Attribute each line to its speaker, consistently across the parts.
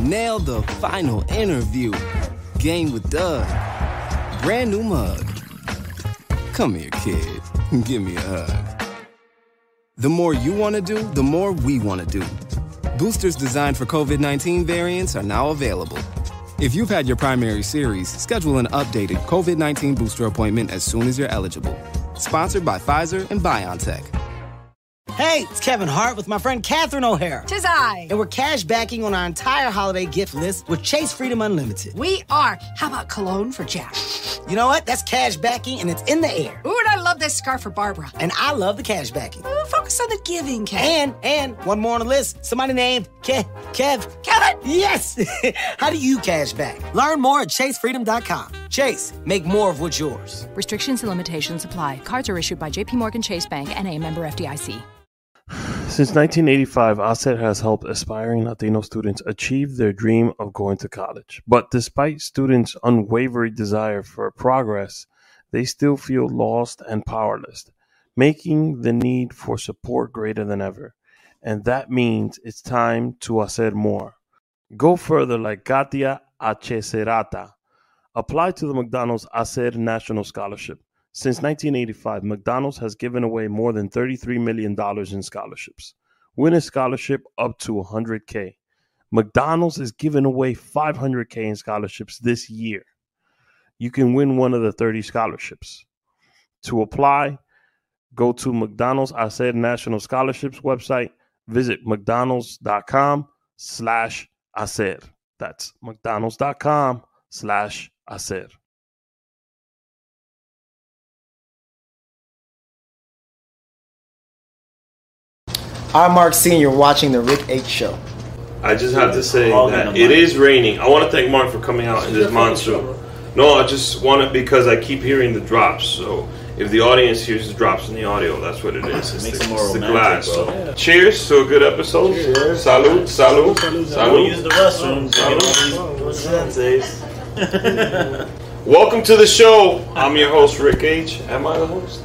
Speaker 1: Nail the final interview. Game with Doug. Brand new mug. Come here, kid. Give me a hug. The more you want to do, the more we want to do. Boosters designed for COVID 19 variants are now available. If you've had your primary series, schedule an updated COVID 19 booster appointment as soon as you're eligible. Sponsored by Pfizer and BioNTech.
Speaker 2: Hey, it's Kevin Hart with my friend Catherine O'Hara.
Speaker 3: Tis I.
Speaker 2: And we're cash backing on our entire holiday gift list with Chase Freedom Unlimited.
Speaker 3: We are. How about cologne for Jack?
Speaker 2: You know what? That's cash backing and it's in the air.
Speaker 3: Ooh, and I love this scarf for Barbara.
Speaker 2: And I love the cash backing.
Speaker 3: Ooh, focus on the giving, Kev.
Speaker 2: And, and one more on the list somebody named Kev. Kev.
Speaker 3: Kevin!
Speaker 2: Yes! How do you cash back? Learn more at chasefreedom.com. Chase, make more of what's yours.
Speaker 4: Restrictions and limitations apply. Cards are issued by JPMorgan Chase Bank and a member FDIC.
Speaker 5: Since 1985, OSSET has helped aspiring Latino students achieve their dream of going to college. But despite students' unwavering desire for progress, they still feel lost and powerless, making the need for support greater than ever. And that means it's time to hacer more. Go further like Katia Acecerata. Apply to the McDonald's Hacer National Scholarship. Since 1985, McDonald's has given away more than $33 million in scholarships. Win a scholarship up to 100K. McDonald's is giving away 500K in scholarships this year. You can win one of the 30 scholarships. To apply, go to McDonald's I said National Scholarships website. Visit mcdonalds.com slash ASER. That's mcdonalds.com slash ASER.
Speaker 2: I'm Mark Sr. watching The Rick H. Show.
Speaker 5: I just have to say
Speaker 6: All
Speaker 5: that
Speaker 6: in a
Speaker 5: it
Speaker 6: month.
Speaker 5: is raining. I want to thank Mark for coming out in this monsoon. No, I just want it because I keep hearing the drops. So if the audience hears the drops in the audio, that's what it is. It's
Speaker 6: makes
Speaker 5: the,
Speaker 6: it more
Speaker 5: it's the
Speaker 6: romantic,
Speaker 5: glass.
Speaker 6: bro.
Speaker 5: So cheers to a good episode.
Speaker 6: Cheers.
Speaker 5: Salud, salud,
Speaker 6: We'll use the
Speaker 5: salud.
Speaker 6: restrooms to get all these senses.
Speaker 5: Welcome to the show. I'm your host, Rick H. Am I the host?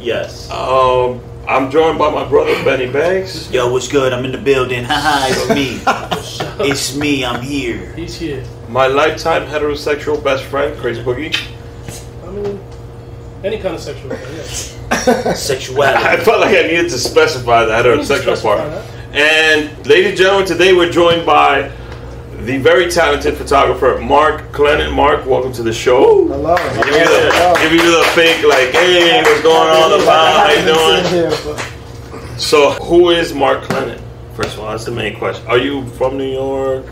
Speaker 6: Yes.
Speaker 5: Um, I'm joined by my brother, Benny Banks.
Speaker 6: Yo, what's good? I'm in the building. Haha, it's me. it's me. I'm here.
Speaker 7: He's here.
Speaker 5: My lifetime heterosexual best friend, Crazy Boogie.
Speaker 7: I mean, any kind of sexual thing, yeah.
Speaker 5: I
Speaker 6: Sexuality.
Speaker 5: felt like I needed to specify the heterosexual
Speaker 7: Specify
Speaker 5: part.
Speaker 7: that.
Speaker 5: And, ladies and gentlemen, today we're joined by the very talented photographer Mark Clement. Mark, welcome to the show. Hello. Give you the, give you the fake, like, hey, what's going on, LeBron? How you doing? So, who is Mark Clement? First of all, that's the main question. Are you from New York?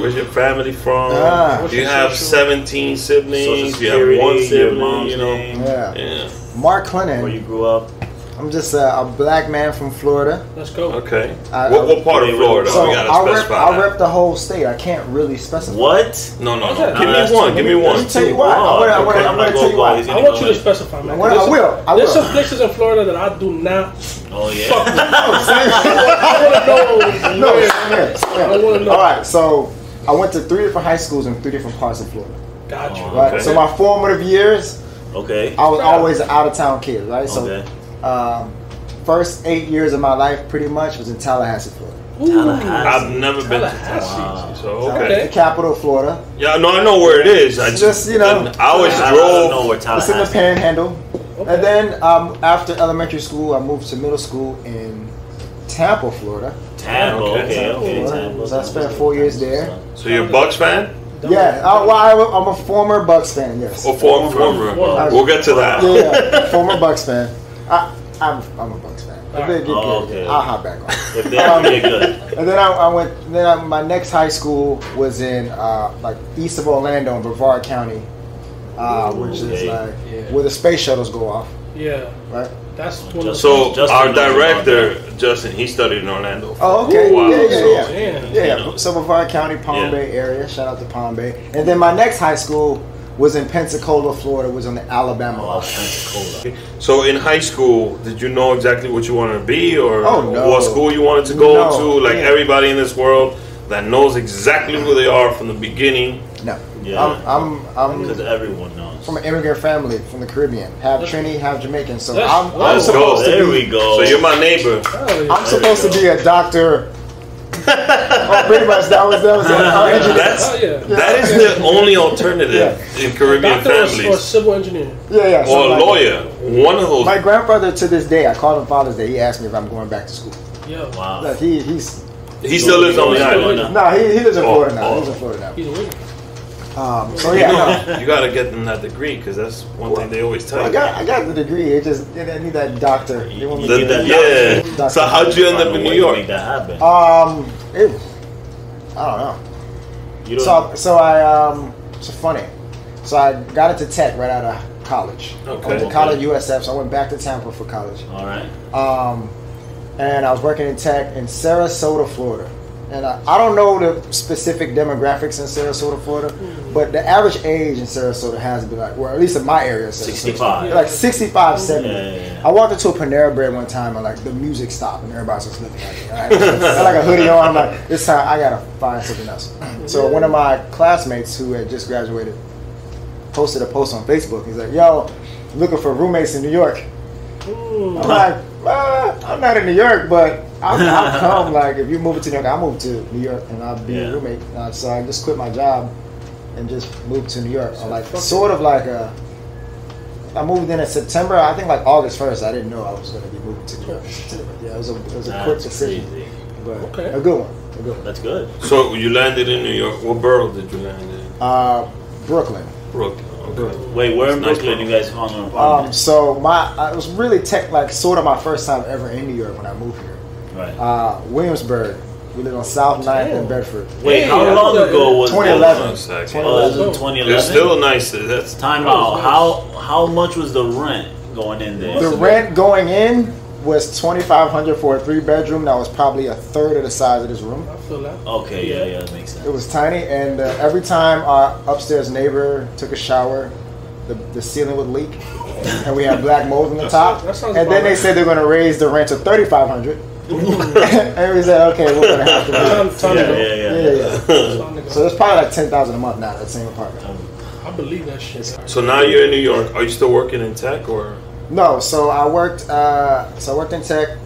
Speaker 5: Where's your family from?
Speaker 8: Ah.
Speaker 5: Do you have 17 siblings?
Speaker 6: Social
Speaker 5: Do you have one
Speaker 6: Security, your
Speaker 5: sibling?
Speaker 6: mom's
Speaker 5: you know?
Speaker 6: name.
Speaker 8: Yeah.
Speaker 5: Yeah.
Speaker 8: Mark
Speaker 6: Where
Speaker 8: Clinton.
Speaker 6: you grew up.
Speaker 8: I'm just a, a black man from Florida.
Speaker 7: Let's go.
Speaker 5: Okay.
Speaker 8: I-
Speaker 5: what, what part of
Speaker 6: Wait, wait,
Speaker 5: Florida?
Speaker 6: so
Speaker 5: we gotta
Speaker 8: I'll rep,
Speaker 5: specify.
Speaker 8: I'll
Speaker 5: that.
Speaker 8: rep the whole state. I can't really specify.
Speaker 6: What?
Speaker 5: no, no,
Speaker 7: Okay.
Speaker 5: no. Give
Speaker 6: No,
Speaker 5: me
Speaker 6: that's
Speaker 5: one.
Speaker 6: too-
Speaker 5: Give me one.
Speaker 8: that's tell you why. I
Speaker 6: Wow.
Speaker 8: wanna- I wanna-
Speaker 6: Okay,
Speaker 8: I
Speaker 6: I'm
Speaker 8: wanna
Speaker 6: not
Speaker 8: tell
Speaker 6: gonna
Speaker 8: you
Speaker 6: go.
Speaker 8: why.
Speaker 6: He's
Speaker 7: I
Speaker 6: gonna
Speaker 7: want
Speaker 6: go
Speaker 7: you to
Speaker 6: in.
Speaker 7: specify, man.
Speaker 8: I wanna- I will. I will.
Speaker 7: There's some places in Florida that I do not.
Speaker 6: Oh yeah.
Speaker 7: I
Speaker 8: No, same here, same here.
Speaker 7: I wanna know.
Speaker 8: All right, so I went to three different high schools in three different parts of Florida.
Speaker 7: Got you.
Speaker 8: Right.
Speaker 5: Okay.
Speaker 8: So my formative years,
Speaker 6: okay.
Speaker 8: I was always an out of town kid. Right. So
Speaker 6: Okay.
Speaker 8: um, first eight years of my life, pretty much, was in Tallahassee, Florida.
Speaker 5: I've never been to
Speaker 7: Tallahassee.
Speaker 5: Tallahassee, so
Speaker 8: It's
Speaker 5: okay.
Speaker 8: The capital of Florida.
Speaker 5: Yeah, no, I know where it is. I
Speaker 8: It's
Speaker 5: just,
Speaker 8: just, um, you know,
Speaker 5: I always
Speaker 6: I, I don't know
Speaker 5: drove.
Speaker 6: where
Speaker 8: It's in the
Speaker 6: Tallahassee.
Speaker 8: Panhandle.
Speaker 7: Okay.
Speaker 8: And then um, after elementary school, I moved to middle school in Tampa, Florida.
Speaker 6: Tampa.
Speaker 5: Okay.
Speaker 6: Okay. Okay.
Speaker 8: Well,
Speaker 6: Tampa.
Speaker 8: so I spent four years there.
Speaker 5: So you're a Bucks fan
Speaker 8: Yeah, uh, well, I, am a former Bucks fan.
Speaker 6: Oh,
Speaker 8: Yes.
Speaker 5: or former? former.
Speaker 7: Former.
Speaker 5: We'll get to that.
Speaker 8: Yeah, yeah, former Bucks fan. I, I'm, I'm a Bucks fan. If they get good,
Speaker 6: Oh, okay.
Speaker 8: I'll hop back on.
Speaker 6: If that be good.
Speaker 8: And then I, I went. Then I, my next high school was in uh, like east of Orlando in Brevard County, uh, which is
Speaker 6: Okay.
Speaker 8: like where the space shuttles go off,
Speaker 7: Yeah,
Speaker 8: right?
Speaker 7: that's one of the.
Speaker 5: So
Speaker 6: Justin
Speaker 5: our
Speaker 6: knows about
Speaker 5: director Justin, he studied in Orlando.
Speaker 8: Oh, okay.
Speaker 5: Wow.
Speaker 8: Yeah, yeah,
Speaker 5: So-
Speaker 8: yeah.
Speaker 7: Damn.
Speaker 8: Yeah, yeah.
Speaker 5: You know.
Speaker 8: So Brevard County, Palm
Speaker 5: Yeah.
Speaker 8: Bay area. Shout out to Palm Bay. And then my next high school was in Pensacola, Florida. Was on the Alabama.
Speaker 6: Oh, Pensacola.
Speaker 5: So in high school, did you know exactly what you wanted to be, or
Speaker 8: Oh, no.
Speaker 5: what school you wanted to go
Speaker 8: No.
Speaker 5: to? Like
Speaker 8: Yeah.
Speaker 5: everybody in this world that knows exactly who they are from the beginning.
Speaker 8: No.
Speaker 6: Yeah.
Speaker 8: I'm I'm,
Speaker 6: Because
Speaker 8: I'm
Speaker 6: everyone knows.
Speaker 8: from an immigrant family from the Caribbean, half Trini, half Jamaican. So I'm, I'm
Speaker 5: Let's go.
Speaker 8: supposed
Speaker 6: there
Speaker 8: to be
Speaker 6: we go.
Speaker 5: So you're my neighbor.
Speaker 7: Hell yeah.
Speaker 8: I'm supposed to be a doctor. Oh, Pretty much that was that was it. Our engineer-
Speaker 9: That's
Speaker 7: Oh, yeah.
Speaker 9: that is the only alternative in Caribbean
Speaker 7: Doctor or, or
Speaker 9: families
Speaker 7: civil engineer.
Speaker 8: yeah, yeah.
Speaker 9: or
Speaker 8: something
Speaker 9: a
Speaker 8: like that.
Speaker 9: lawyer. One of
Speaker 8: My
Speaker 9: those.
Speaker 8: grandfather to this day, I called him Father's Day. He asked me if I'm going back to school.
Speaker 7: Yeah.
Speaker 8: Like, he he's
Speaker 9: He still lives
Speaker 6: Oh,
Speaker 9: on the island.
Speaker 8: no, he, he lives in
Speaker 9: Oh,
Speaker 8: Florida now.
Speaker 9: oh.
Speaker 8: He lives in Florida
Speaker 7: He's a winner.
Speaker 8: now. Um, so
Speaker 9: You,
Speaker 8: yeah, no.
Speaker 9: know, you gotta get them that degree because that's one thing they always tell
Speaker 8: I
Speaker 9: you.
Speaker 8: got I got the degree. It just I need that doctor. They want me to
Speaker 9: The-
Speaker 8: get that
Speaker 9: the-
Speaker 8: doctor-
Speaker 9: yeah.
Speaker 8: doctor.
Speaker 9: So how'd you end up in New York?
Speaker 6: Make that happen.
Speaker 8: Um, it, I don't know.
Speaker 6: you don't,
Speaker 8: So, so I um, it's funny. So I got into tech right out of college. I went
Speaker 9: Okay.
Speaker 8: to college USF, so I went back to Tampa for college,
Speaker 6: all right.
Speaker 8: Um, and I was working in tech in Sarasota, Florida. And I, I don't know the specific demographics in Sarasota, Florida, but the average age in Sarasota has to be like, well, at least in my area, Sarasota,
Speaker 6: 65.
Speaker 8: like 65, 70.
Speaker 6: Yeah, yeah, yeah.
Speaker 8: I walked into a Panera Bread one time and like the music stopped and everybody's just looking at me. I had, I had, like a hoodie on. I'm like, this time I gotta find something else. So one of my classmates who had just graduated posted a post on Facebook. He's like, yo, looking for roommates in New York. I'm like, uh, I'm not in New York, but I'll, I'll come. Like, if you move to New York, I'll move to New York and I'll be
Speaker 6: Yeah.
Speaker 8: a roommate. Uh, so I just quit my job and just moved to New York. Uh, like, sort of like a. I moved in in September. I think like August first. I didn't know I was going to be moving to New York. Yeah, it was a it was a quick
Speaker 6: That's
Speaker 8: decision,
Speaker 6: crazy.
Speaker 8: but
Speaker 7: Okay.
Speaker 8: a good one. A good one.
Speaker 6: That's good.
Speaker 9: So you landed in New York. What borough did you land in?
Speaker 8: Uh, Brooklyn.
Speaker 9: Brooklyn. Okay.
Speaker 6: Wait, where in
Speaker 9: Nice
Speaker 6: Brooklyn
Speaker 9: one.
Speaker 6: you guys hung on
Speaker 8: Um, so my I was really tech like sort of my first time ever in New York when I moved here.
Speaker 6: Right.
Speaker 8: Uh, Williamsburg. We live on South Ninth in
Speaker 7: Damn.
Speaker 8: Bedford.
Speaker 6: Wait,
Speaker 7: Hey,
Speaker 6: how
Speaker 8: uh,
Speaker 7: that's
Speaker 6: long
Speaker 7: a-
Speaker 6: ago was
Speaker 9: Hold
Speaker 8: 2011.
Speaker 9: on a second.
Speaker 6: Oh, this was
Speaker 9: It's
Speaker 6: 2011.
Speaker 9: still nice. That's
Speaker 6: Time out. How how much was the rent going in there?
Speaker 8: The rent going in was twenty five hundred for a three bedroom. That was probably a third of the size of this room.
Speaker 7: I feel that.
Speaker 6: Okay, yeah, yeah, that makes sense.
Speaker 8: It was tiny, and uh, every time our upstairs neighbor took a shower, the, the ceiling would leak, and we had black mold on the top.
Speaker 7: that sounds
Speaker 8: And
Speaker 7: about
Speaker 8: then they
Speaker 7: right.
Speaker 8: said they're going to raise the rent to thirty five hundred. and we said, okay, we're going to have to. Do
Speaker 7: Time, time
Speaker 6: yeah,
Speaker 7: ago.
Speaker 6: yeah, yeah,
Speaker 8: it. Yeah, yeah.
Speaker 7: Time ago.
Speaker 8: So it's probably like ten thousand a month now. That same apartment.
Speaker 7: I believe that shit.
Speaker 9: So now you're in New York. Are you still working in tech or?
Speaker 8: No, so I worked. Uh, so I worked in tech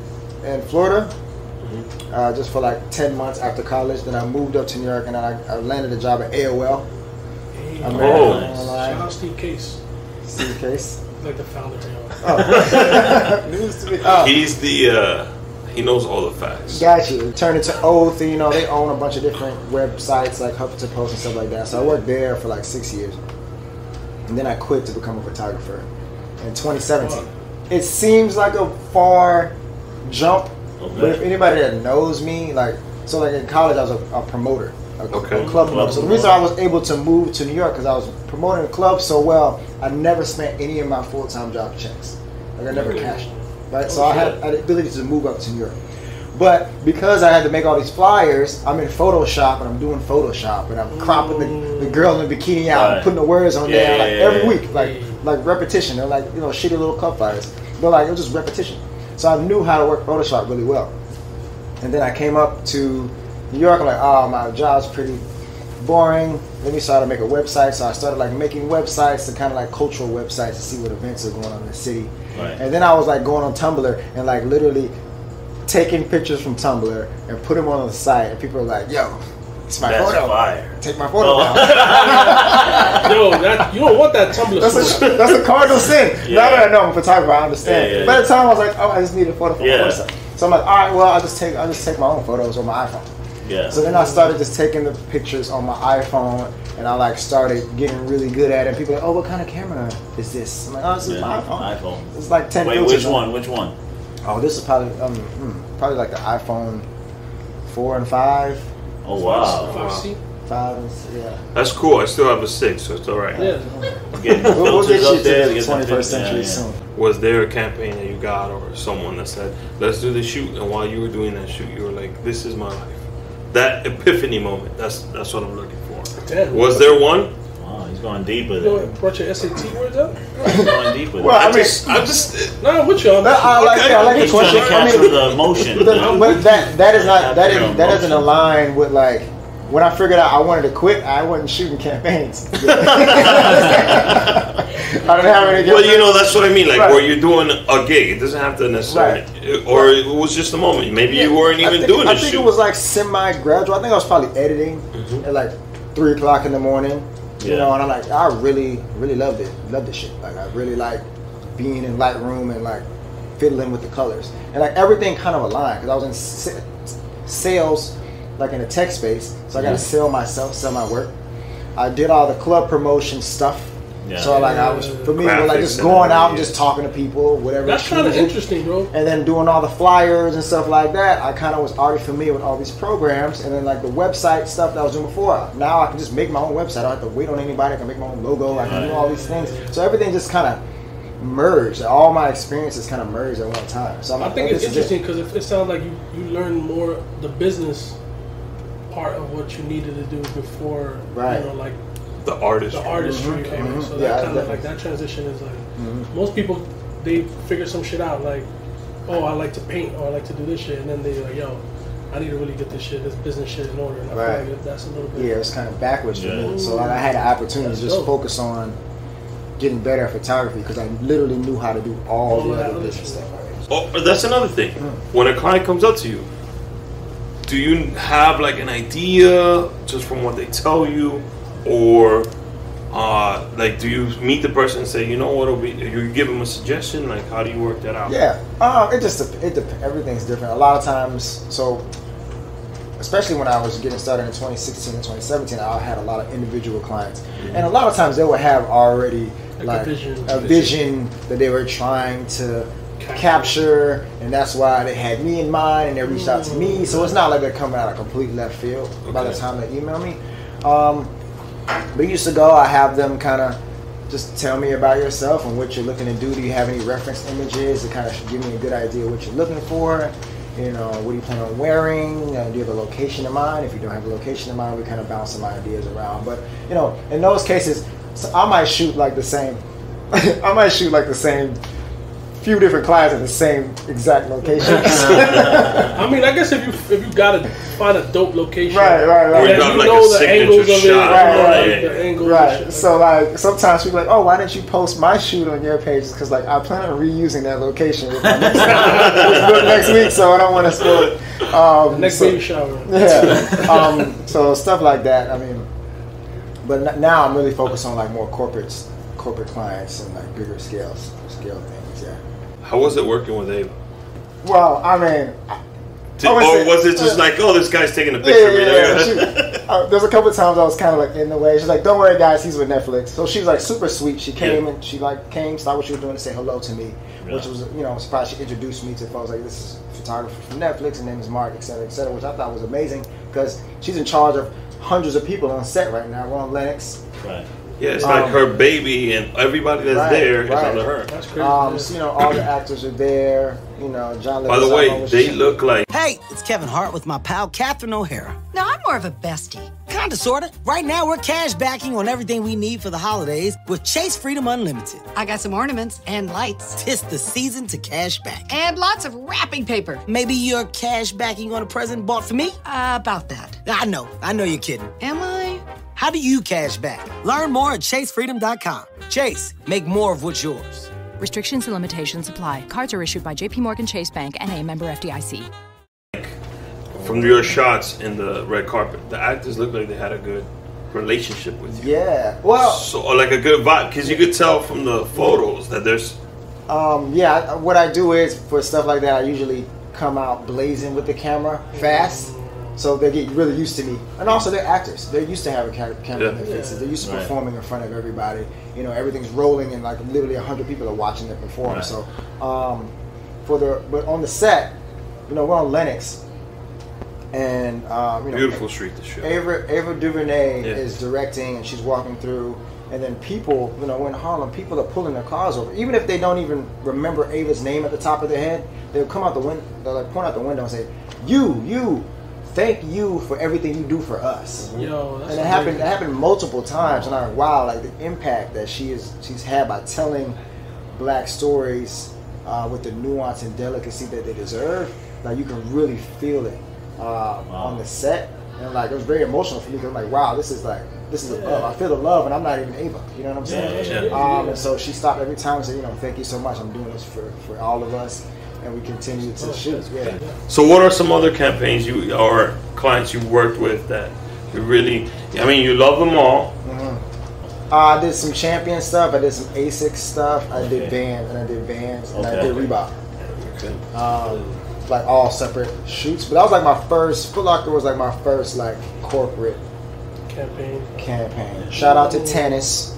Speaker 8: in Florida, uh, just for like ten months after college. Then I moved up to New York, and then I, I landed a job at AOL. American
Speaker 9: Oh.
Speaker 7: Shout
Speaker 8: Online
Speaker 7: out Steve Case,
Speaker 8: Steve Case.
Speaker 7: like the founder.
Speaker 8: News to me. Oh,
Speaker 9: He's the. Uh, he knows all the facts.
Speaker 8: got you. Turned into Oath. You know, they own a bunch of different websites like Huffington Post and stuff like that. So I worked there for like six years, and then I quit to become a photographer in 2017. It seems like a far jump, but if anybody that knows me, like, so like in college, I was a, a promoter, a, a
Speaker 9: Okay.
Speaker 8: club promoter. So the reason I was able to move to New York because I was promoting the club so well, I never spent any of my full time job checks. Like I never cashed, them, right?
Speaker 6: Oh,
Speaker 8: So I had, I had the ability to move up to New York. But because I had to make all these flyers, I'm in Photoshop and I'm doing Photoshop and I'm cropping the, the girl in the bikini out and
Speaker 6: Right.
Speaker 8: putting the words on
Speaker 6: Yeah,
Speaker 8: there like
Speaker 6: yeah,
Speaker 8: every
Speaker 6: yeah.
Speaker 8: week like like repetition. They're like you know shitty little cup fires, but like it was just repetition. So I knew how to work Photoshop really well. And then I came up to New York. I'm like, oh, my job's pretty boring. Let me start to make a website. So I started like making websites and kind of like cultural websites to see what events are going on in the city.
Speaker 6: Right.
Speaker 8: And then I was like going on Tumblr and like literally taking pictures from Tumblr and put them on the site. And people are like, yo, it's my
Speaker 6: That's
Speaker 8: photo.
Speaker 6: fire.
Speaker 8: Take my photo
Speaker 6: Oh.
Speaker 8: down.
Speaker 7: Yo, that you don't want that Tumblr.
Speaker 8: That's
Speaker 7: story.
Speaker 8: a, that's a cardinal sin. Now
Speaker 6: Yeah.
Speaker 8: that I know I'm a photographer, I understand.
Speaker 6: Yeah, yeah,
Speaker 8: By the time I was like, oh, I just need a photo for
Speaker 6: Yeah.
Speaker 8: my website. So I'm like, all right, well, I'll just take I'll just take my own photos on my iPhone.
Speaker 6: Yeah.
Speaker 8: So then I started just taking the pictures on my iPhone, and I like started getting really good at it. People are like, oh, what kind of camera is this? I'm like, oh, this is my
Speaker 6: Yeah,
Speaker 8: iPhone.
Speaker 6: iPhone.
Speaker 8: It's like ten
Speaker 6: Wait,
Speaker 8: filters
Speaker 6: which
Speaker 8: on it.
Speaker 6: one? Which one?
Speaker 8: Oh, this is probably um, hmm, probably like the iPhone four and five,
Speaker 6: Oh wow.
Speaker 7: Five C.
Speaker 8: five and s- yeah.
Speaker 9: That's cool. I still have a six, so it's all right.
Speaker 7: Yeah.
Speaker 6: Getting
Speaker 8: We'll, we'll get
Speaker 6: filters
Speaker 8: you
Speaker 6: up
Speaker 8: to
Speaker 6: there,
Speaker 8: the
Speaker 6: get
Speaker 8: twenty first
Speaker 6: them- yeah,
Speaker 8: century
Speaker 6: yeah.
Speaker 8: soon.
Speaker 9: Was there a campaign that you got or someone that said, "Let's do the shoot," and while you were doing that shoot, you were like, "This is my life." That epiphany moment. That's that's what I'm looking for.
Speaker 7: Damn.
Speaker 9: Was there one?
Speaker 6: Wow, he's going deeper
Speaker 7: You
Speaker 6: there.
Speaker 7: know, brought your SAT words up?
Speaker 6: He's going deeper.
Speaker 8: Well, I
Speaker 6: there.
Speaker 8: mean,
Speaker 9: I'm just.
Speaker 7: Nah, I'm with y'all.
Speaker 8: that, I uh, like that. I like the
Speaker 6: He's trying
Speaker 8: question.
Speaker 6: to
Speaker 8: I mean,
Speaker 6: capture the emotion.
Speaker 8: But, but that that is not that is that doesn't align with like when I figured out I wanted to quit, I wasn't shooting campaigns. I didn't have any.
Speaker 9: Well, you know, that's what I mean. Like,
Speaker 8: Right.
Speaker 9: where you're doing a gig, it doesn't have to necessarily, or it was just a moment. Maybe you weren't
Speaker 8: I
Speaker 9: even
Speaker 8: think-
Speaker 9: doing
Speaker 8: I
Speaker 9: this
Speaker 8: think
Speaker 9: shoot.
Speaker 8: it was like semi-gradual. I think I was probably editing at like three o'clock in the morning. You
Speaker 9: Mm-hmm. Yeah.
Speaker 8: know, and I'm like, I really, really loved it. Loved this shit. Like, I really like being in Lightroom and like fiddling with the colors and like everything kind of aligned because I was in sa- sales, like in a tech space. So I got to
Speaker 9: Mm-hmm.
Speaker 8: sell myself, sell my work. I did all the club promotion stuff.
Speaker 9: Yeah.
Speaker 8: So like I was familiar with like
Speaker 9: Graphics
Speaker 8: just
Speaker 9: and
Speaker 8: going out and
Speaker 9: everything,
Speaker 8: just talking to people, whatever.
Speaker 7: That's kind of
Speaker 8: choosing
Speaker 7: interesting, bro.
Speaker 8: and then doing all the flyers and stuff like that, I kind of was already familiar with all these programs. And then like the website stuff that I was doing before, now I can just make my own website. I don't have to wait on anybody. I can make my own logo. I can do all these things. So everything just kind of merged. All my experiences kind of merged at one time. So I'm
Speaker 7: I
Speaker 8: like,
Speaker 7: think
Speaker 8: oh,
Speaker 7: it's
Speaker 8: this is it.
Speaker 7: interesting because it, it sounds like you, you learn more the business part of what you needed to do before,
Speaker 8: Right. Mm-hmm.
Speaker 7: you know, like
Speaker 9: the artist.
Speaker 7: the artistry came in. So
Speaker 8: Yeah,
Speaker 7: that kind of
Speaker 8: definitely. Mm-hmm.
Speaker 7: like that transition is like most people they figure some shit out like, oh I like to paint or I like to do this shit, and then they like yo, I need to really get this shit, this business shit in order. And I feel
Speaker 8: Right.
Speaker 7: like that- that's a little bit.
Speaker 8: Yeah, it's kind of backwards for
Speaker 9: Yeah.
Speaker 8: me. So like, I had an opportunity
Speaker 7: That's
Speaker 8: to just
Speaker 7: dope.
Speaker 8: focus on getting better at photography because I literally knew how to do all
Speaker 7: All
Speaker 8: the
Speaker 7: that
Speaker 8: other
Speaker 7: other
Speaker 8: business
Speaker 7: shit.
Speaker 8: stuff. already.
Speaker 9: Oh, that's another thing. When a client comes up to you, do you have like an idea just from what they tell you, or uh, like do you meet the person and say, you know what, it'll be, you give them a suggestion, like how do you work that out?
Speaker 8: Yeah, uh, it just dep- it dep- everything's different. A lot of times, so especially when I was getting started in 2016 and 2017, I had a lot of individual clients, and a lot of times they would have already
Speaker 7: Mm-hmm. Like a
Speaker 8: like
Speaker 7: vision.
Speaker 8: a vision that they were trying to
Speaker 7: Capture.
Speaker 8: capture, and that's why they had me in mind, and they reached out to me. So
Speaker 7: Mm-hmm.
Speaker 8: it's not like they're coming out of complete left field by the
Speaker 9: Okay.
Speaker 8: time they email me. Um, but used to go, I have them kind of just tell me about yourself and what you're looking to do. Do you have any reference images to kind of give me a good idea of what you're looking for? You know, what do you plan on wearing? Uh, do you have a location in mind? If you don't have a location in mind, we kind of bounce some ideas around. But you know, in those cases, so I might shoot like the same. I might shoot like the same few different clients at the same exact locations.
Speaker 7: I mean, I guess if you if you gotta find a dope location,
Speaker 8: Right, right,
Speaker 7: and
Speaker 8: right. Or
Speaker 7: you
Speaker 8: you
Speaker 9: got, like,
Speaker 7: know
Speaker 9: a
Speaker 7: the
Speaker 9: signature
Speaker 7: angles of it,
Speaker 9: shot,
Speaker 7: you know,
Speaker 8: right,
Speaker 7: like, the
Speaker 9: right.
Speaker 7: angles, and
Speaker 8: Right.
Speaker 7: shit.
Speaker 8: So like sometimes people are like, oh, why didn't you post my shoot on your pages? Because like I plan on reusing that location with my next, with next week, so I don't want to spoil it. Um,
Speaker 7: next
Speaker 8: so-
Speaker 7: baby shower.
Speaker 8: yeah. Um, so stuff like that. I mean, but n- now I'm really focused on like more corporates, corporate clients, and like bigger scales, scale things. Yeah.
Speaker 9: How was it working with Abe?
Speaker 8: Well, I mean, I-
Speaker 9: Did,
Speaker 8: I
Speaker 9: or
Speaker 8: would say-
Speaker 9: was it just
Speaker 8: uh,
Speaker 9: like, oh, this guy's taking a
Speaker 8: yeah,
Speaker 9: picture
Speaker 8: yeah, yeah.
Speaker 9: of me?
Speaker 8: She- uh, there's a couple of times I was kind of like in the way. She's like, "Don't worry, guys, he's with Netflix." So she's like super sweet. She came
Speaker 9: Yeah.
Speaker 8: and she like came, saw what she was doing, and said hello to me, which
Speaker 9: Yeah.
Speaker 8: was you know I'm surprised she introduced me to folks like this is a photographer from Netflix. Her name is Mark, etc., cetera, etc., cetera, which I thought was amazing because she's in charge of hundreds of people on set right now. We're on Linux,
Speaker 6: Right.
Speaker 9: Yeah, it's like
Speaker 8: Um,
Speaker 9: her baby and everybody that's
Speaker 8: right,
Speaker 9: there is
Speaker 8: right.
Speaker 9: under her.
Speaker 7: That's crazy.
Speaker 8: um,
Speaker 7: yeah.
Speaker 8: so, you know all the actors are there. You know John.
Speaker 9: By the
Speaker 8: Leguizamo
Speaker 9: way,
Speaker 8: was-
Speaker 9: they look like
Speaker 2: Hey, it's Kevin Hart with my pal Catherine O'Hara.
Speaker 3: No, I'm more of a bestie.
Speaker 2: Kinda, sorta. Right now, we're cash backing on everything we need for the holidays with Chase Freedom Unlimited.
Speaker 3: I got some ornaments and lights
Speaker 2: Tis the season to cash back.
Speaker 3: and lots of wrapping paper.
Speaker 2: Maybe you're cash backing on a present bought for me?
Speaker 3: about that.
Speaker 2: I know, I know you're kidding.
Speaker 3: Am I?
Speaker 2: How do you cash back? Learn more at chasefreedom.com. Chase, make more of what's yours.
Speaker 4: Restrictions and limitations apply. Cards are issued by JPMorgan Chase Bank and a member FDIC.
Speaker 9: from your shots in the red carpet. The actors look like they had a good relationship with you.
Speaker 8: yeah. Well,
Speaker 9: So, or like a good vibe, because you could tell from the photos that there's.
Speaker 8: Um, yeah, I- what I do is for stuff like that, I usually come out blazing with the camera fast, so they get really used to me. And also, they're actors; they're used to having ca- camera in
Speaker 9: Yeah.
Speaker 8: their faces. They're used to
Speaker 6: Right.
Speaker 8: performing in front of everybody. You know, everything's rolling, and like literally hundred people are watching them perform.
Speaker 6: Right.
Speaker 8: So, um, for the but on the set, you know, we're on Lennox, and um, you know,
Speaker 9: Beautiful street to shoot.
Speaker 8: Ava, Ava DuVernay
Speaker 9: Yeah.
Speaker 8: is directing and she's walking through, and then people, you know, in Harlem, people are pulling their cars over. Even if they don't even remember Ava's name at the top of their head, they'll come out the window, they'll like point out the window and say, "You, you, thank you for everything you do for us."
Speaker 7: Yo, that's
Speaker 8: and it
Speaker 7: amazing.
Speaker 8: happened. It happened multiple times, and I'm like, wow, like the impact that she is she's had by telling black stories uh, with the nuance and delicacy that they deserve. Like you can really feel it uh, on the set. and like it was very emotional for me. 'cause I'm like, wow, this is like this is the love. I feel the love, and I'm not even Ava. You know what I'm saying?
Speaker 9: Yeah,
Speaker 8: Um, and so she stopped every time and said, you know, thank you so much. I'm doing this for for all of us, and we continue to shoot. Yeah.
Speaker 9: So, what are some other campaigns you or clients you worked with that you really? I mean, you love them all.
Speaker 8: Uh, I did some champion stuff. I did some Asics stuff. I did
Speaker 6: Okay.
Speaker 8: Vans and I did Vans and I
Speaker 6: Okay.
Speaker 8: did Reebok. Um, Like all separate shoots, but that was like my first. Foot Locker was like my first like corporate
Speaker 7: campaign.
Speaker 8: campaign. Shout out to Tennis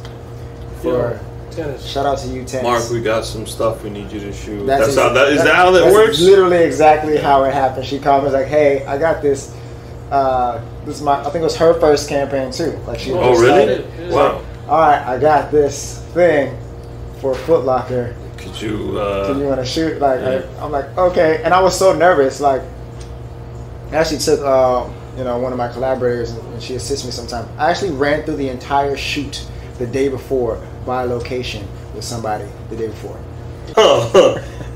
Speaker 8: for.
Speaker 7: Tennis.
Speaker 8: Shout out to you, Tennis.
Speaker 9: Mark, we got some stuff we need you to shoot.
Speaker 8: That's
Speaker 9: That's, how that is that how that
Speaker 8: that's
Speaker 9: works.
Speaker 8: Literally exactly how it happened. She called me was like, "Hey, I got this. Uh, this is my. I think it was her first campaign too. Like she.
Speaker 9: Oh,
Speaker 8: just
Speaker 9: really?
Speaker 8: started.
Speaker 9: Wow.
Speaker 8: All right, I got this thing for Foot Locker.
Speaker 9: Could you?
Speaker 8: Do you
Speaker 9: Uh,
Speaker 8: want to shoot? Like,
Speaker 9: yeah.
Speaker 8: I, am like, okay. And I was so nervous. Like, I actually took, uh, you know, one of my collaborators, and and she assists me sometimes. I actually ran through the entire shoot the day before by location with somebody the day before.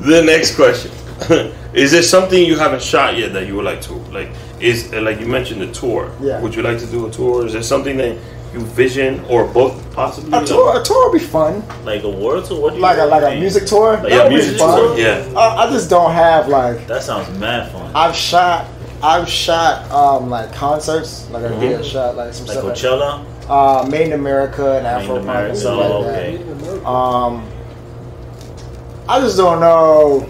Speaker 9: the next question: Is there something you haven't shot yet that you would like to like? Is like you mentioned the tour?
Speaker 8: Yeah.
Speaker 9: Would you like to do a tour? Is there something that you vision or both possibly?
Speaker 8: A tour, a tour would be fun.
Speaker 6: Like awards or what? do you
Speaker 8: Like a like a
Speaker 6: think?
Speaker 8: music tour.
Speaker 6: Like
Speaker 8: That
Speaker 6: a
Speaker 8: would be
Speaker 6: music
Speaker 8: fun.
Speaker 6: tour?
Speaker 9: Yeah.
Speaker 8: I, I just don't have like
Speaker 6: That sounds mad fun.
Speaker 8: I've shot. I've shot um, like concerts, like I did shot like some
Speaker 6: Mm-hmm. like
Speaker 8: stuff
Speaker 6: Coachella.
Speaker 8: like uh, Made in America and Afro Punk
Speaker 6: America,
Speaker 8: and stuff like
Speaker 6: oh,
Speaker 8: that.
Speaker 6: okay.
Speaker 8: Um, I just don't know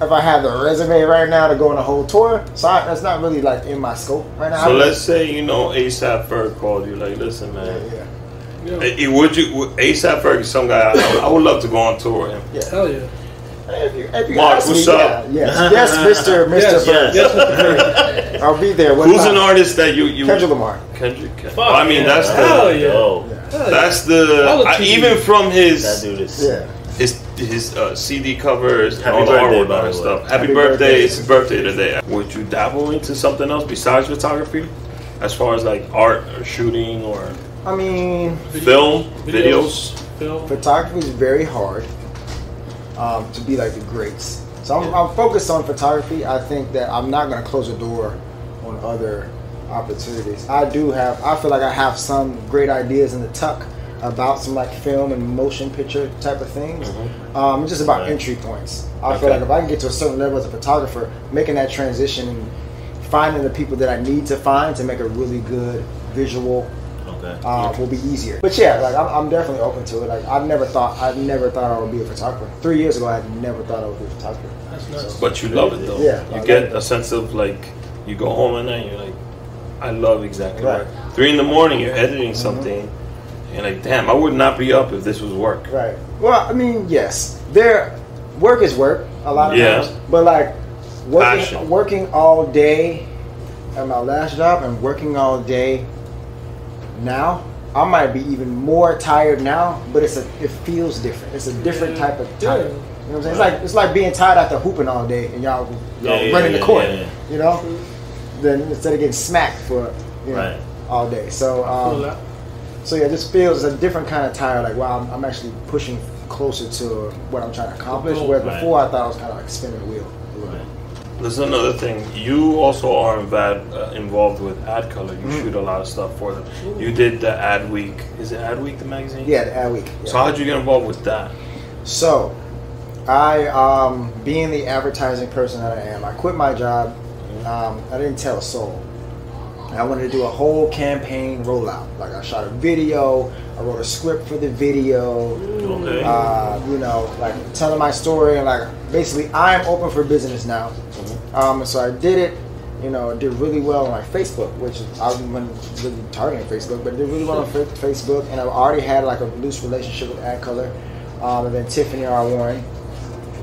Speaker 8: if I have the resume right now to go on a whole tour. So I, that's not really like in my scope right now.
Speaker 9: So
Speaker 8: I-
Speaker 9: let's say you know ASAP Ferg called you like, listen, man.
Speaker 8: yeah,
Speaker 7: Yeah.
Speaker 9: Hey, would you would- ASAP Ferg? Some guy I, I would love to go on tour with him.
Speaker 7: Hell yeah.
Speaker 8: if you, if you
Speaker 9: Mark,
Speaker 8: ask
Speaker 9: what's
Speaker 8: me,
Speaker 9: up?
Speaker 8: yeah, yes, yes, Mister, Mister,
Speaker 7: Yes,
Speaker 6: Yes.
Speaker 8: I'll be there. What
Speaker 9: Who's
Speaker 8: time?
Speaker 9: an artist that you you
Speaker 8: Kendrick Lamar.
Speaker 9: Kendrick. I mean, that's
Speaker 7: Hell
Speaker 9: the
Speaker 7: yeah.
Speaker 6: Oh,
Speaker 9: that's the
Speaker 7: I would
Speaker 9: I,
Speaker 7: choose
Speaker 9: even from
Speaker 6: that
Speaker 9: his
Speaker 6: dude is.
Speaker 8: Yeah,
Speaker 9: his his uh, CD covers and
Speaker 6: Happy
Speaker 9: all the
Speaker 6: birthday,
Speaker 9: artwork
Speaker 6: by the
Speaker 9: and
Speaker 6: way.
Speaker 9: stuff. Happy,
Speaker 8: Happy
Speaker 9: birthday!
Speaker 8: birthday.
Speaker 9: It's his birthday today. Would you dabble into something else besides photography, as far as like art or shooting or
Speaker 8: I mean,
Speaker 9: film
Speaker 7: Videos.
Speaker 9: videos?
Speaker 7: Film.
Speaker 8: photography is very hard um, to be like the greats. So I'm, I'm focused on photography. I think that I'm not going to close the door on other opportunities. I do have, I feel like I have some great ideas in the tuck about some like film and motion picture type of things. Um, it's just about entry points. I feel
Speaker 9: Okay.
Speaker 8: like if I can get to a certain level as a photographer, making that transition and finding the people that I need to find to make a really good visual
Speaker 6: Okay.
Speaker 8: uh, will be easier. But yeah, like I'm, I'm definitely open to it. Like I've never thought I've never thought I would be a photographer. Three years ago, I had never thought I would be a photographer.
Speaker 7: That's nuts.
Speaker 9: But you love it though.
Speaker 8: Yeah, I
Speaker 9: you
Speaker 8: love
Speaker 9: get
Speaker 8: it.
Speaker 9: a sense of like you go home at night. You're like, I love exactly
Speaker 8: Right.
Speaker 9: right. Three in the morning, you're editing something. And like, damn, I would not be up if this was work.
Speaker 8: Right. Well, I mean, yes, there work is work a lot of
Speaker 9: Yeah.
Speaker 8: times, but like working
Speaker 9: Passion.
Speaker 8: working all day at my last job and working all day now. I might be even more tired now, but it's a it feels different. It's a different type of tired.
Speaker 7: Mm-hmm. Yeah.
Speaker 8: You know what I'm saying? It's like it's like being tired after hooping all day and y'all, y'all
Speaker 6: Yeah, yeah,
Speaker 8: running
Speaker 6: yeah,
Speaker 8: the court.
Speaker 6: yeah, yeah.
Speaker 8: You know, then instead of getting smacked for you know,
Speaker 6: Right.
Speaker 8: all day. So
Speaker 7: Cool,
Speaker 8: um,
Speaker 7: that.
Speaker 8: so yeah, this feels a different kind of tired. Like wow, I'm, I'm actually pushing closer to what I'm trying to accomplish.
Speaker 7: goal,
Speaker 8: Where
Speaker 6: right.
Speaker 8: before I thought I was kind of like spinning the wheel. a little bit.
Speaker 6: Right.
Speaker 9: There's another thing. You also are invad- uh, involved with Ad Color. You shoot a lot of stuff for them. You did the Ad Week. Is it Ad Week the magazine?
Speaker 8: Yeah, the ad week. Yeah.
Speaker 9: So how'd you get involved with that?
Speaker 8: So, I, um, being the advertising person that I am, I quit my job. Um, I didn't tell a soul. And I wanted to do a whole campaign rollout. Like, I shot a video, I wrote a script for the video,
Speaker 6: Okay.
Speaker 8: uh, you know, like telling my story and like basically I'm open for business now. Um, and so I did it, you know, did really well on like Facebook, which I wasn't really targeting Facebook, but did really well on Fa- Facebook. And I already had like a loose relationship with Ad Color. Um, and then Tiffany R. Warren,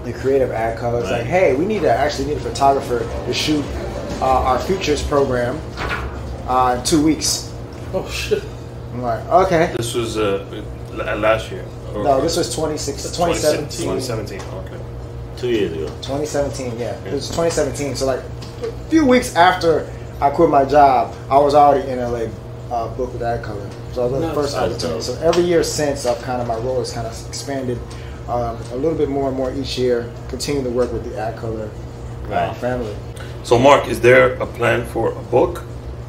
Speaker 8: the creative ad color, is like, hey, we need to actually need a photographer to shoot uh, our futures program uh, in two weeks.
Speaker 7: Oh shit.
Speaker 8: I'm like, okay.
Speaker 9: This was uh, la- last year. Or-
Speaker 8: No, this was 26, 2017.
Speaker 9: 2017. Okay.
Speaker 6: Two years ago.
Speaker 8: 2017, yeah. It was 2017. So like a few weeks after I quit my job, I was already in LA uh, booked with that color. So I was the
Speaker 7: Nice.
Speaker 8: first
Speaker 6: That's
Speaker 8: opportunity.
Speaker 6: dope.
Speaker 8: So every year since, I've kind of my role has kind of expanded um, a little bit more and more each year. Continue to work with the ad color uh,
Speaker 6: Right.
Speaker 8: family.
Speaker 9: So Mark, is there a plan for a book?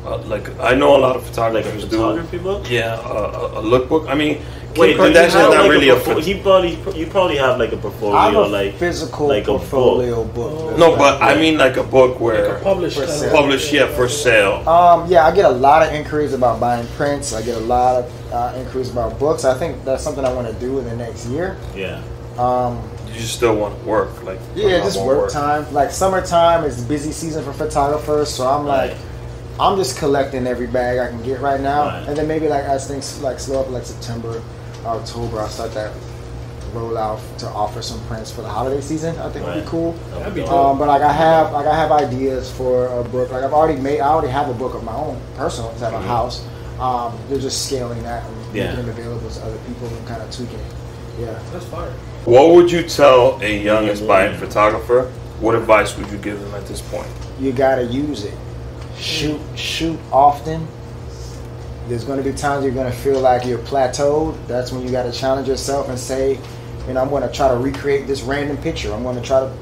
Speaker 9: uh, like I know a lot of photographers
Speaker 6: Like a
Speaker 9: do.
Speaker 6: photography book?
Speaker 9: Yeah, uh, a, a lookbook. I mean, Kim
Speaker 6: Wait, but that's
Speaker 9: Kardashian's not
Speaker 6: not like
Speaker 9: really
Speaker 6: a
Speaker 9: a.
Speaker 6: portfolio.
Speaker 9: pho-
Speaker 6: He probably you probably have like a portfolio,
Speaker 8: I have a
Speaker 6: like
Speaker 8: physical
Speaker 6: like a
Speaker 8: portfolio
Speaker 6: book.
Speaker 8: book.
Speaker 9: no, but I mean like a book where
Speaker 7: Published.
Speaker 8: For
Speaker 7: kind of-
Speaker 8: sale.
Speaker 9: published, yeah, for sale.
Speaker 8: Um, yeah, I get a lot of inquiries about buying prints. I get a lot of uh, inquiries about books. I think that's something I want to do in the next year.
Speaker 6: Yeah,
Speaker 8: Um,
Speaker 9: you just still want to work, like
Speaker 8: yeah,
Speaker 9: I
Speaker 8: just
Speaker 9: want
Speaker 8: work, time. Like summertime is busy season for photographers, so I'm like,
Speaker 6: Right.
Speaker 8: I'm just collecting every bag I can get right now,
Speaker 6: Right.
Speaker 8: and then maybe like as things like slow up, like September, October, I'll start that rollout to offer some prints for the holiday season. I think would
Speaker 6: Right.
Speaker 8: be cool.
Speaker 7: That'd be dope.
Speaker 8: Um, but like I have, like I have ideas for a book. Like I've already made, I already have a book of my own personal. It's at my house. Um, they're just scaling that and
Speaker 6: Yeah.
Speaker 8: making it available to other people and kind of tweaking it. Yeah.
Speaker 7: That's fire.
Speaker 9: What would you tell a young aspiring photographer? What advice would you give them at this point?
Speaker 8: you gotta use it. Shoot, shoot often. There's gonna be times you're gonna feel like you're plateaued. That's when you gotta challenge yourself and say, you know, I'm gonna try to recreate this random picture. I'm gonna try to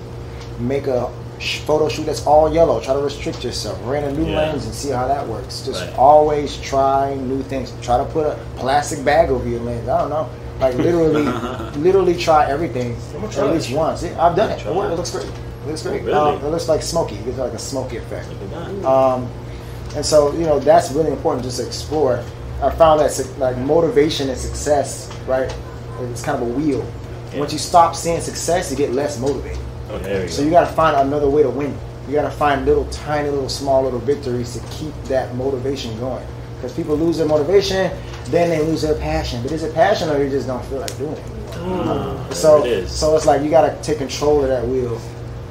Speaker 8: make a sh- photo shoot that's all yellow. Try to restrict yourself. Rent a new
Speaker 6: Yeah.
Speaker 8: lens and see how that works. Just
Speaker 6: Right.
Speaker 8: always try new things. Try to put a plastic bag over your lens. I don't know. Like literally, literally try everything
Speaker 7: I'm gonna try
Speaker 8: at
Speaker 7: it.
Speaker 8: least once. Yeah, I've done it. It
Speaker 6: Try it.
Speaker 8: looks great. It looks great.
Speaker 6: Really?
Speaker 8: Um, it looks like smoky. It gives like a smoky effect.
Speaker 6: Like,
Speaker 8: Um, and so, you know, that's really important just to explore. I found that su- like motivation and success, right? It's kind of a wheel. Once you stop seeing success, you get less motivated.
Speaker 6: oh, there you
Speaker 8: So
Speaker 6: go.
Speaker 8: you got to find another way to win. You got to find little tiny, little small, little victories to keep that motivation going. Because people lose their motivation, then they lose their passion. But is it passion or you just don't feel like doing it? anymore?
Speaker 6: there
Speaker 8: so
Speaker 6: Mm. it is.
Speaker 8: so it's like you got to take control of that wheel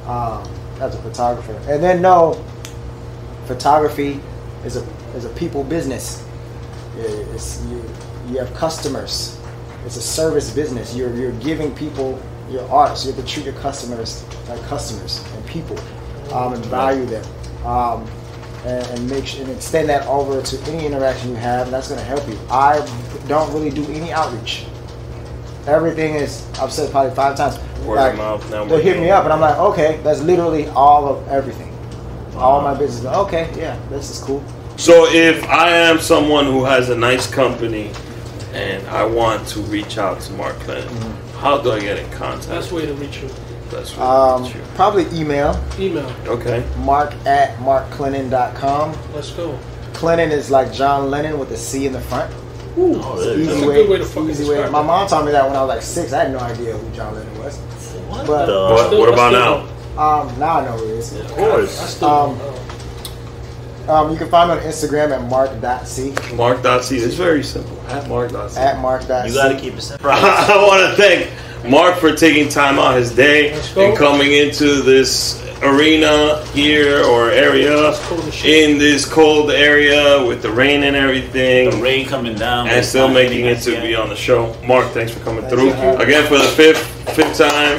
Speaker 8: um, as a photographer, and then know photography is a is a people business. It- It's you you have customers. It's a service business. You're you're giving people your art. So you have to treat your customers like customers and people, um, and value them, um, and, and make sure, and extend that over to any interaction you have. And that's going to help you. I don't really do any outreach. Everything is I've said probably five times.
Speaker 9: Word of mouth, now
Speaker 8: they'll
Speaker 9: we're
Speaker 8: hit me
Speaker 9: doing-
Speaker 8: up, and I'm like, okay, that's literally all of everything. All my business. Okay, yeah, this is cool.
Speaker 9: So if I am someone who has a nice company and I want to reach out to Mark Lennon,
Speaker 8: Mm-hmm.
Speaker 9: how do I get in contact?
Speaker 7: Best way to reach you.
Speaker 9: That's what
Speaker 8: Um,
Speaker 9: you-
Speaker 8: probably email
Speaker 7: Email.
Speaker 9: Okay.
Speaker 8: mark at markclennon.com.
Speaker 7: Let's go.
Speaker 8: Clennon is like John Lennon with a C in the front.
Speaker 6: Oh, there you
Speaker 8: Easy
Speaker 6: go.
Speaker 7: a
Speaker 8: way,
Speaker 7: good way to fucking
Speaker 8: easy way.
Speaker 7: describe
Speaker 8: My
Speaker 7: it.
Speaker 8: mom taught me that when I was like six. I had no idea who John Lennon was.
Speaker 6: What
Speaker 8: But-
Speaker 6: the? uh,
Speaker 9: What,
Speaker 7: still-
Speaker 9: what
Speaker 7: I
Speaker 9: about
Speaker 7: still
Speaker 9: now?
Speaker 8: Um, now I know who he is.
Speaker 6: Of
Speaker 7: I
Speaker 6: course.
Speaker 7: still don't
Speaker 8: Um,
Speaker 7: know.
Speaker 8: Um, you can find me on Instagram at mark.c.
Speaker 9: Mark Dotson. It's very simple. At Mark Dotson.
Speaker 8: At mark.c.
Speaker 6: You gotta keep it simple.
Speaker 9: I want to thank Mark for taking time out his day
Speaker 7: Let's go.
Speaker 9: and coming into this arena here or area
Speaker 7: cold as shit.
Speaker 9: in this cold area with the rain and everything.
Speaker 6: The rain coming down
Speaker 9: and
Speaker 6: it's
Speaker 9: still
Speaker 6: not
Speaker 9: making it to
Speaker 6: yet.
Speaker 9: be on the show. Mark, thanks for coming
Speaker 8: Thanks
Speaker 9: through
Speaker 8: for having me.
Speaker 9: again for the fifth fifth time.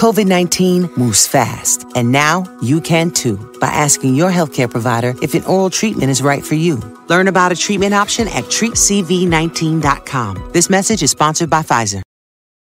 Speaker 10: COVID 19 moves fast, and now you can too by asking your healthcare provider if an oral treatment is right for you. Learn about a treatment option at treatcv19.com. This message is sponsored by Pfizer.